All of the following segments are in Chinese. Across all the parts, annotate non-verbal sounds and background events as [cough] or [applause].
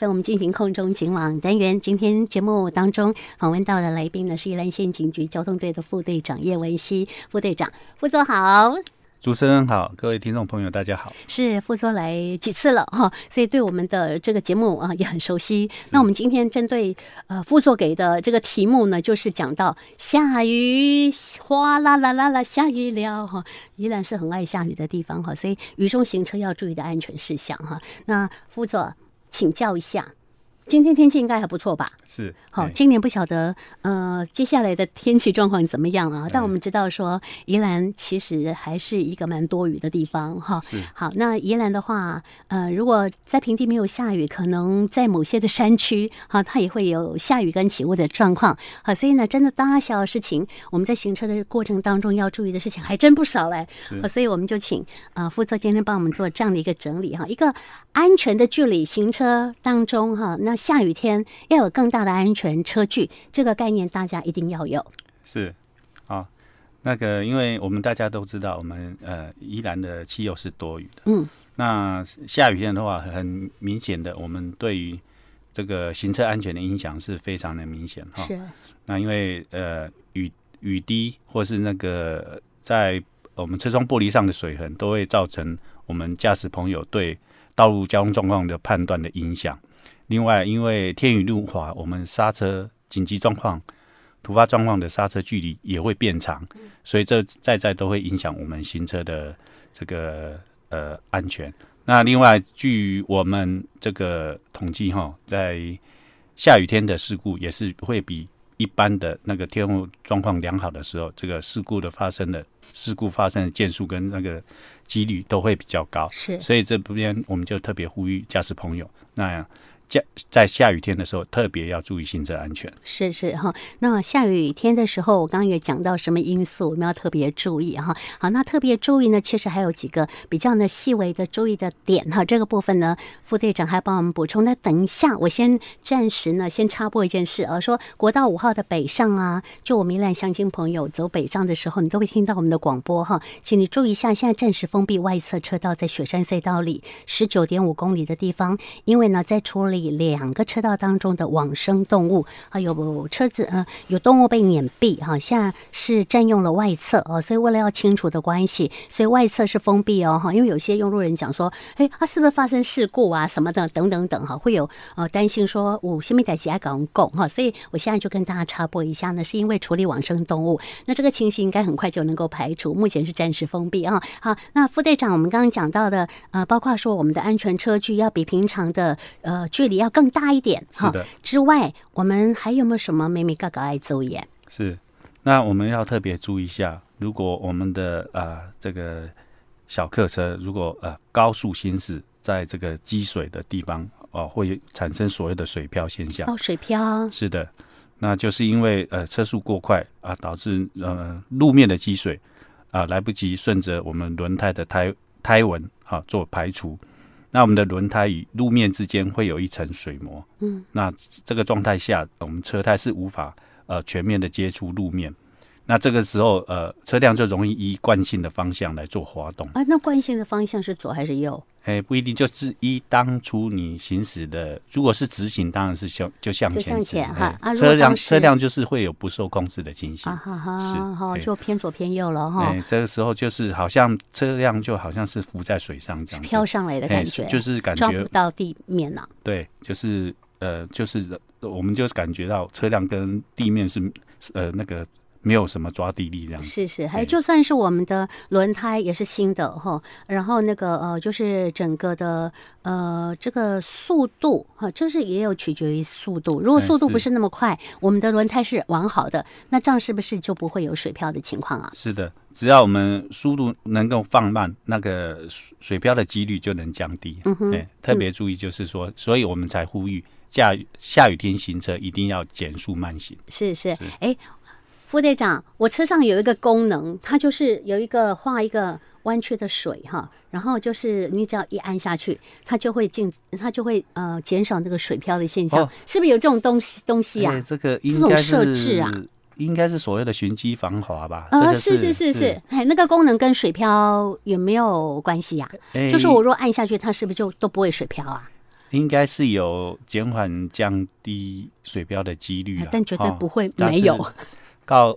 在我们进行空中警网单元，今天节目当中访问到的来宾呢是宜兰县警局交通队的副队长叶文熙副队长，副座好，主持人好，各位听众朋友大家好。是副座来几次了哈、所以对我们的这个节目啊也很熟悉。那我们今天针对呃副座给的这个题目呢，就是讲到下雨，哗啦啦啦啦下雨了哈、宜兰是很爱下雨的地方哈、所以雨中行车要注意的安全事项哈、那副座请教一下，今天天气应该还不错吧？是好，哎今年不晓得呃接下来的天气状况怎么样啊？但我们知道说宜兰其实还是一个蛮多雨的地方哈。是好，那宜兰的话，呃，如果在平地没有下雨，可能在某些的山区啊，它也会有下雨跟起雾的状况。好、所以呢，真的大小事情，我们在行车的过程当中要注意的事情还真不少嘞。是好所以我们就请呃负责今天帮我们做这样的一个整理哈，一个安全的距离行车当中哈，那下雨天要有更大的安全车距，这个概念大家一定要有。是啊，那个因为我们大家都知道，我们呃宜兰的气候是多雨的，嗯，那下雨天的话，很明显的，我们对于这个行车安全的影响是非常的明显哈。是，那因为呃雨雨滴或是那个在我们车窗玻璃上的水痕，都会造成我们驾驶朋友对道路交通状况的判断的影响。另外，因为天雨路滑，我们刹车紧急状况、突发状况的刹车距离也会变长，所以这在在都会影响我们行车的这个呃安全。那另外，据我们这个统计哈，在下雨天的事故也是会比一般的那个天候状况良好的时候，这个事故的发生的事故发生的件数跟那个几率都会比较高。是所以这边我们就特别呼吁驾驶朋友，那驾在下雨天的时候特别要注意行车安全。是是哈，那下雨天的时候，我刚刚也讲到什么因素我们要特别注意哈。好，那特别注意呢，其实还有几个比较呢细微的注意的点哈。这个部分呢，副队长还帮我们补充。那等一下，我先暂时呢先插播一件事啊，说国道五号的北上啊，就我们宜兰乡亲朋友走北上的时候，你都会听到我们的广播哈，请你注意一下，现在暂时封闭外侧车道，在雪山隧道里十九点五公里的地方，因为呢在处理两个车道当中的往生动物。啊，有车子呃有动物被碾毙，好、像是占用了外侧哦，所以为了要清除的关系，所以外侧是封闭哦哈，因为有些用路人讲说，哎，它、是不是发生事故啊什么的等等等哈，会有呃担心说我下面在其他港供哈，所以我现在就跟大家插播一下呢，是因为处理往生动物，那这个情形应该很快就能够排除，目前是暂时封闭啊。好，那副队长，我们刚刚讲到的呃，包括说我们的安全车距要比平常的呃距离要更大一点哈是。的，之外，我们还有没有什么妹妹嘎嘎爱走眼？是。那我们要特别注意一下，如果我们的啊这个小客车如果呃高速行驶在这个积水的地方哦、会产生所谓的水漂现象。哦，水漂是的，那就是因为呃车速过快啊，导致呃路面的积水啊来不及顺着我们轮胎的胎胎纹啊做排除，那我们的轮胎与路面之间会有一层水膜，嗯，那这个状态下，我们车胎是无法呃全面的接触路面。那这个时候，呃，车辆就容易依惯性的方向来做滑动，啊，那惯性的方向是左还是右？哎、不一定就是依当初你行驶的，如果是直行，当然是向就向就前向行前哈哎啊如果车辆当时车辆就是会有不受控制的情形。啊哦哈是哈，好，对就偏左偏右了哈哎、，这个时候就是好像车辆就好像是浮在水上这样子，飘上来的哎感觉，就是感抓觉不到地面了。对，就是呃，就是我们就感觉到车辆跟地面是呃那个没有什么抓地力这样子。是是，还有对就算是我们的轮胎也是新的哈，然后那个呃，就是整个的呃这个速度哈，这是也有取决于速度。如果哎速度不是是那么快，我们的轮胎是完好的，那这样是不是就不会有水漂的情况啊？是的，只要我们速度能够放慢，那个水水漂的几率就能降低。嗯哼，特别注意就是说，所以我们才呼吁下雨下雨天行车一定要减速慢行。是是，哎，副队长，我车上有一个功能，它就是有一个画一个弯曲的水哈，然后就是你只要一按下去，它就会进，它就会呃减少那个水漂的现象，哦是不是有这种东西东西啊哎？这个这应种该设是置啊应该是所谓的循迹防滑吧？这啊，个是是是，，哎，那个功能跟水漂有没有关系呀、哎就是我若按下去，它是不是就都不会水漂啊？应该是有减缓降低水标的几率啊了，但绝对哦不会但没是有，靠，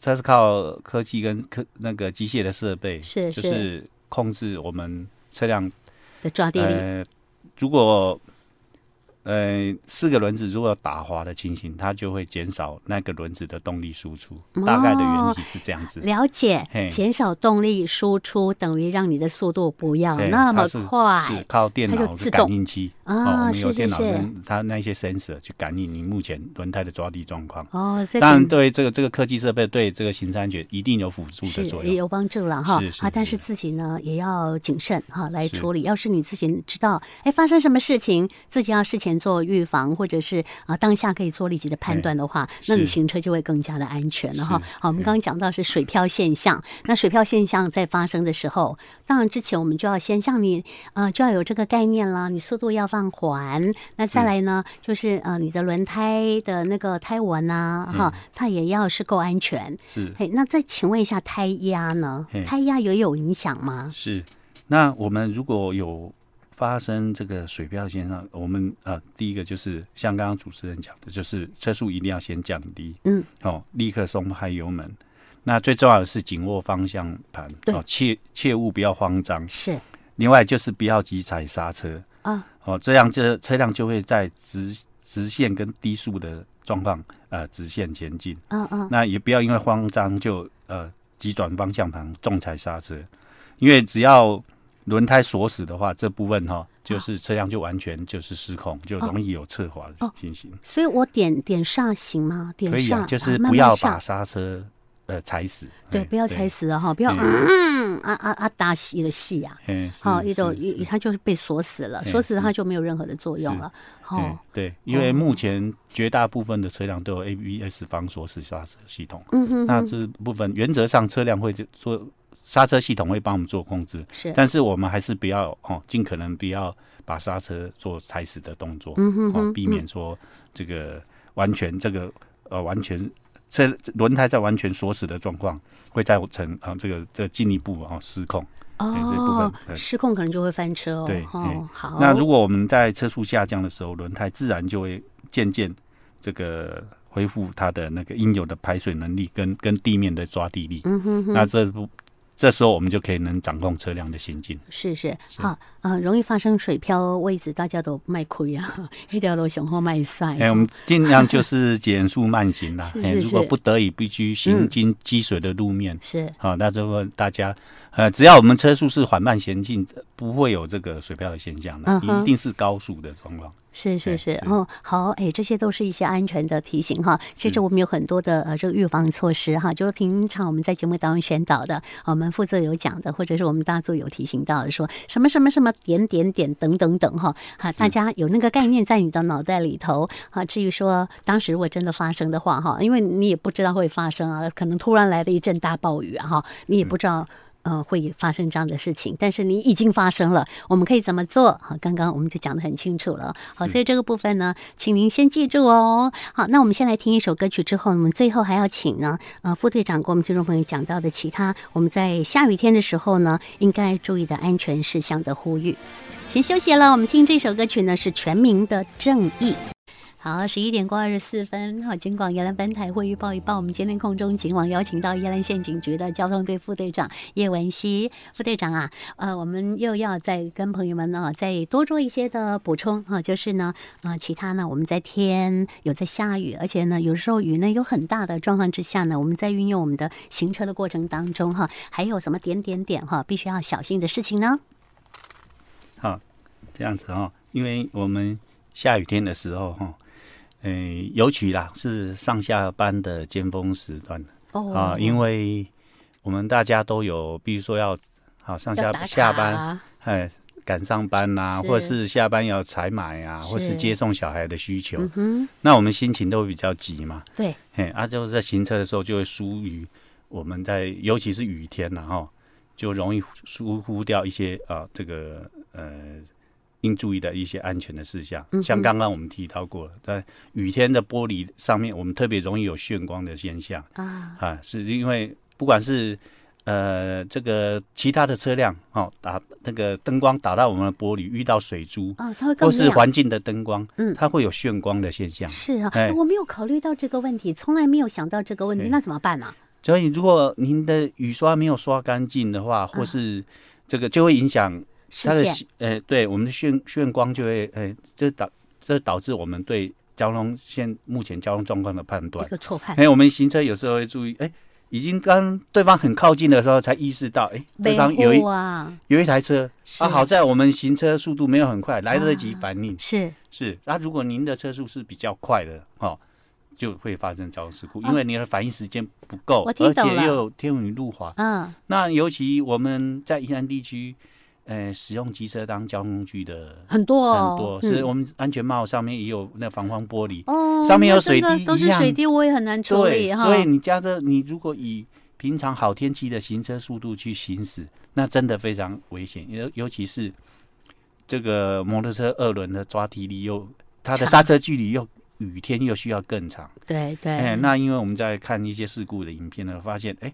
它是靠科技跟科那个机械的设备，是就是是控制我们车辆。的抓地力，呃，如果呃四个轮子如果打滑的情形，它就会减少那个轮子的动力输出，哦大概的原理是这样子。了解，嘿减少动力输出等于让你的速度不要对那哎它么是是快靠电它就脑自的动感应器哦，我啊！们有是电是脑是，跟它那些 sensor 去感应你目前轮胎的抓地状况。哦，这当然，挺对这个这个科技设备对这个行车安全一定有辅助是的作也用。有帮助了哈是是啊，但是是自己呢也要谨慎哈来是处理。要是你自己知道哎发生什么事情，自己要事前做预防，或者是啊当下可以做立即的判哎断的话，那你是行车就会更加的安全了哈是。哎好，我们刚刚讲到是水漂现象，那水漂现象在发生的时候，当然之前我们就要先向你呃就要有这个概念了，你速度要放缓。那嗯再来呢，就是呃你的轮胎的那个胎纹呐、嗯哈，它也要是够安全。是嘿，那再请问一下胎压呢嘿？胎压也有影响吗？是，那我们如果有发生这个水漂现象，我们啊、呃第一个就是像刚刚主持人讲的，就是车速一定要先降低，嗯，哦，立刻松开油门。那最重要的是紧握方向盘，对哦，切切勿不要慌张。是另外就是不要急踩刹车，啊，哦，这样这车辆就会在直直线跟低速的状况呃直线前进。嗯嗯，那也不要因为慌张就呃急转方向盘重踩刹车，因为只要轮胎锁死的话，这部分哈、就是车辆就完全就是失哦控，就容易有侧滑的情形。所以我点点刹行吗？哦点可以刹啊，就是慢慢不要刹把刹车呃踩死，对，哎不要踩。死了哈，不要对嗯啊啊啊打戏的戏呀，嗯，好，哦一种种一它就是被锁死了，嘿锁死了是它就没有任何的作用是了。哦，对，因为哦目前绝大部分的车辆都有 ABS 防锁死刹车系统，嗯哼那哼，这部分原则上车辆会做刹车系统会帮我们做控制，是，但是我们还是不要哦，尽可能不要把刹车做踩死的动作，嗯哼哦哼，，避免说这个完全这个呃完全车轮胎在完全锁死的状况会造成啊这个这进一步啊、哦、失控。嗯哎这部哦分，对失控可能就会翻车哦。对哦哎，好，那如果我们在车速下降的时候，轮胎自然就会渐渐这个呃恢复它的那个应有的排水能力跟跟地面的抓地力。嗯哼哼，那这部这时候我们就可以能掌控车辆的行进。是是，是好啊、容易发生水漂位置，大家都卖亏啊， [laughs] 一条路上好卖晒。哎、我们尽量就是减速慢行 [laughs] 啦。是哎是如果是不得已必须行经积水的路面，是好、那这个大家呃，只要我们车速是缓慢前进，不会有这个水漂的现象的，嗯哼一定是高速的状况。是是哎是是，哦，好，哎，这些都是一些安全的提醒哈。其实是我们有很多的呃这个预防措施哈，就是平常我们在节目当中宣导的，我们负责有讲的，或者是我们大组有提醒到的，说什么什么什么点点点等等等哈，啊，大家有那个概念在你的脑袋里头啊。至于说当时如果真的发生的话哈，因为你也不知道会发生啊，可能突然来了一阵大暴雨啊哈，你也不知道。呃，会发生这样的事情，但是你已经发生了，我们可以怎么做？好，刚刚我们就讲得很清楚了。好，是所以这个部分呢，请您先记住哦。好，那我们先来听一首歌曲，之后我们最后还要请呢，呃，副队长给我们听众朋友讲到的其他我们在下雨天的时候呢，应该注意的安全事项的呼吁。先休息了，我们听这首歌曲呢是《全民的正义》。好，十一点过二十四分，好，金广宜兰分台会预报一报，我们今天空中警网邀请到宜兰县警局的交通队副队长叶文熙副队长啊，呃，我们又要再跟朋友们呢、再多做一些的补充啊，就是呢，呃，其他呢，我们在天有在下雨，而且呢，有时候雨呢有很大的状况之下呢，我们在运用我们的行车的过程当中哈、还有什么点点点哈、必须要小心的事情呢？好，这样子哈、因为我们下雨天的时候哈、嗯、尤其啦是上下班的尖峰时段哦啊、因为为我们大家都有，比如说要好、上下啊下班，哎，赶上班啦、是或者是下班要采买啊，或是是接送小孩的需求，嗯哼，那我们心情都会比较急嘛。对，嘿，啊，就是在行车的时候就会疏于我们在，尤其是雨天然、后就容易疏忽掉一些啊、呃这个呃应注意的一些安全的事项。嗯像哼刚刚我们提到过了，在雨天的玻璃上面，我们特别容易有眩光的现象啊，啊，是因为不管是呃，这个其他的车辆哦，打那个灯光打到我们的玻璃，遇到水珠，哦，它会更或是亮。环境的灯光，嗯它会有眩光的现象。是啊，哎我没有考虑到这个问题，从来没有想到这个问题，对那怎么办呢、所以，如果您的雨刷没有刷干净的话，或是这个就会影响啊视它的线眩呃，对我们的眩眩光就会，呃，这导这导致我们对交通现目前交通状况的判断一。个错判，哎、我们行车有时候会注意，哎、已经跟对方很靠近的时候，才意识到，哎、对方有没一有啊，有一台车是啊，好在我们行车速度没有很快，来得及反应。是是，那、如果您的车速是比较快的，哦，就会发生交通事故，因为您的反应时间不够，啊我听而懂且了又天雨路滑。嗯，那尤其我们在宜兰地区，呃，使用机车当交通工具的很多很哦，多，嗯是我们安全帽上面也有那防光玻璃，哦，上面有那真水的滴都一是样水滴，我也很难处理对，哈。所以你加的，你如果以平常好天气的行车速度去行驶，那真的非常危险，尤尤其是这个摩托车二轮的抓地力又，它的长刹车距离又雨天又需要更长。对对，哎、那因为我们在看一些事故的影片呢，发现哎、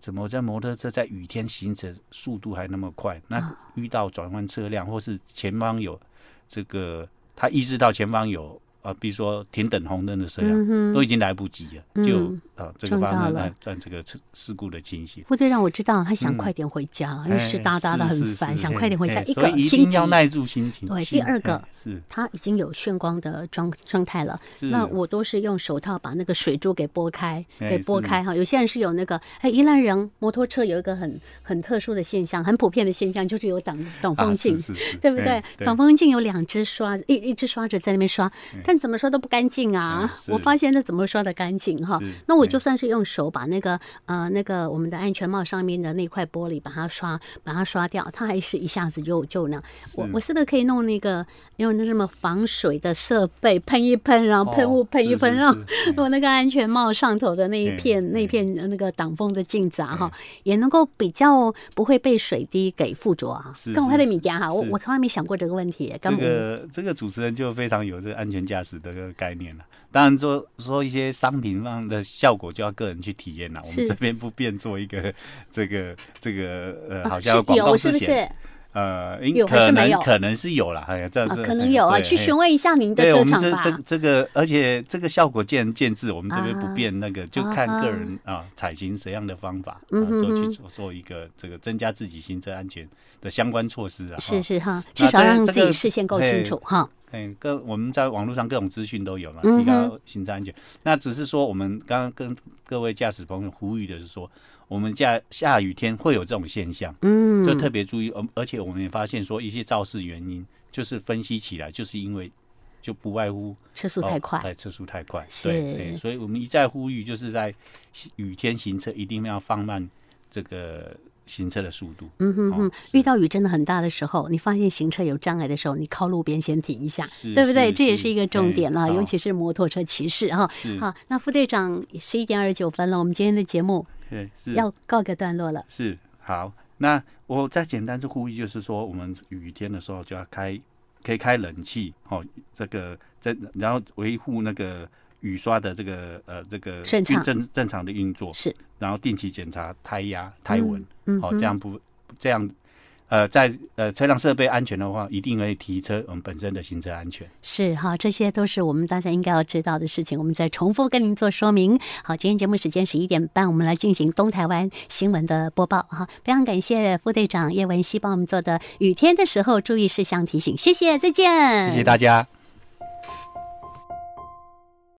怎么在摩托车在雨天行驶速度还那么快？啊那遇到转弯车辆或是前方有这个，他意识到前方有啊，比如说停等红灯的车辆，嗯都哼，已经来不及了，嗯就啊这个撞发到生了了但这个事事故的情形。副队让我知道他想嗯快点回家，因为哎湿哒哒的是很是烦，是想哎快点回家。哎一所个以一星定期，要耐住心情。对心第二个哎是他已经有眩光的状状态了。是，那我都是用手套把那个水珠给拨开，哎给拨是开哈。有些人是有那个，哎，宜兰人摩托车有一个很很特殊的现象，很普遍的现象，就是有挡挡啊风是镜。是是对不对哎？挡风镜有两只刷子，一一只刷子在那边刷，但怎么刷都不干净啊！[laughs] 嗯嗯是我发现那怎么刷的干净哈是？嗯哎那我就算是用手把那个呃那个我们的安全帽上面的那块玻璃把它刷把它刷掉，它还是一下子就就那。我我是不是可以弄那个用那什么防水的设备喷一喷，然后喷雾哦喷一是喷，是让 [laughs] 是哎我那个安全帽上头的那一嗯片那一嗯片呃那个挡风的镜子啊哈，也能够比较不会被水滴给附着啊是。跟我是还得是米家哈，我是我从来没想过这个问题。这刚个这个主持人就非常有这个安全驾驶的这个概念了。当然说说一些商品上的效果，就要个人去体验了。我是们这边不便做一个这个这个呃，啊好是像广告有之是不是？前呃，应有还可是没能有可能是有了，哎呀，这啊这，可能有啊，对去哎询问一下您的对，车我们厂这吧。这这个，啊而且这个效果见见智，我们这边不便那个，就看啊个人啊，采行怎样的方法，啊嗯，哼做去哼做做一个这个增加自己行车安全的相关措施啊。是哈是哈，那至少这让这自己个视线够嘿清楚哈。嗯，各我们在网络上各种资讯都有嘛，嗯哼提高行车安全。那只是说，我们刚刚跟各位驾驶朋友呼吁的是说，我们下下雨天会有这种现象，嗯，就特别注意。而、而且我们也发现说，一些肇事原因就是分析起来，就是因为就不外乎车速太快哦、。对，车速太快，是对对，所以我们一再呼吁，就是在雨天行车一定要放慢这个行车的速度。嗯哼哼哦，是遇到雨真的很大的时候，你发现行车有障碍的时候，你靠路边先停一下，是对不对？是这也是是一个重哎点了，尤好其是摩托车骑士哈。是，好，那副队长十一点二十九分了，我们今天的节目对，哎是要告个段落了。是好，那我再简单就呼吁，就是说我们雨天的时候就要开，可以开冷气哦，这个这然后维护那个雨刷的这个呃这个顺运畅正正常的运作，是，然后定期检查胎压、胎嗯温，嗯好、哼这样不这样。呃，在呃车辆设备安全的话，一定会提车我们本身的行车安全。是哈，这些都是我们大家应该要知道的事情。我们再重复跟您做说明。好，今天节目时间十一点半，我们来进行东台湾新闻的播报哈。非常感谢副队长叶文熙帮我们做的雨天的时候注意事项提醒，谢谢，再见，谢谢大家。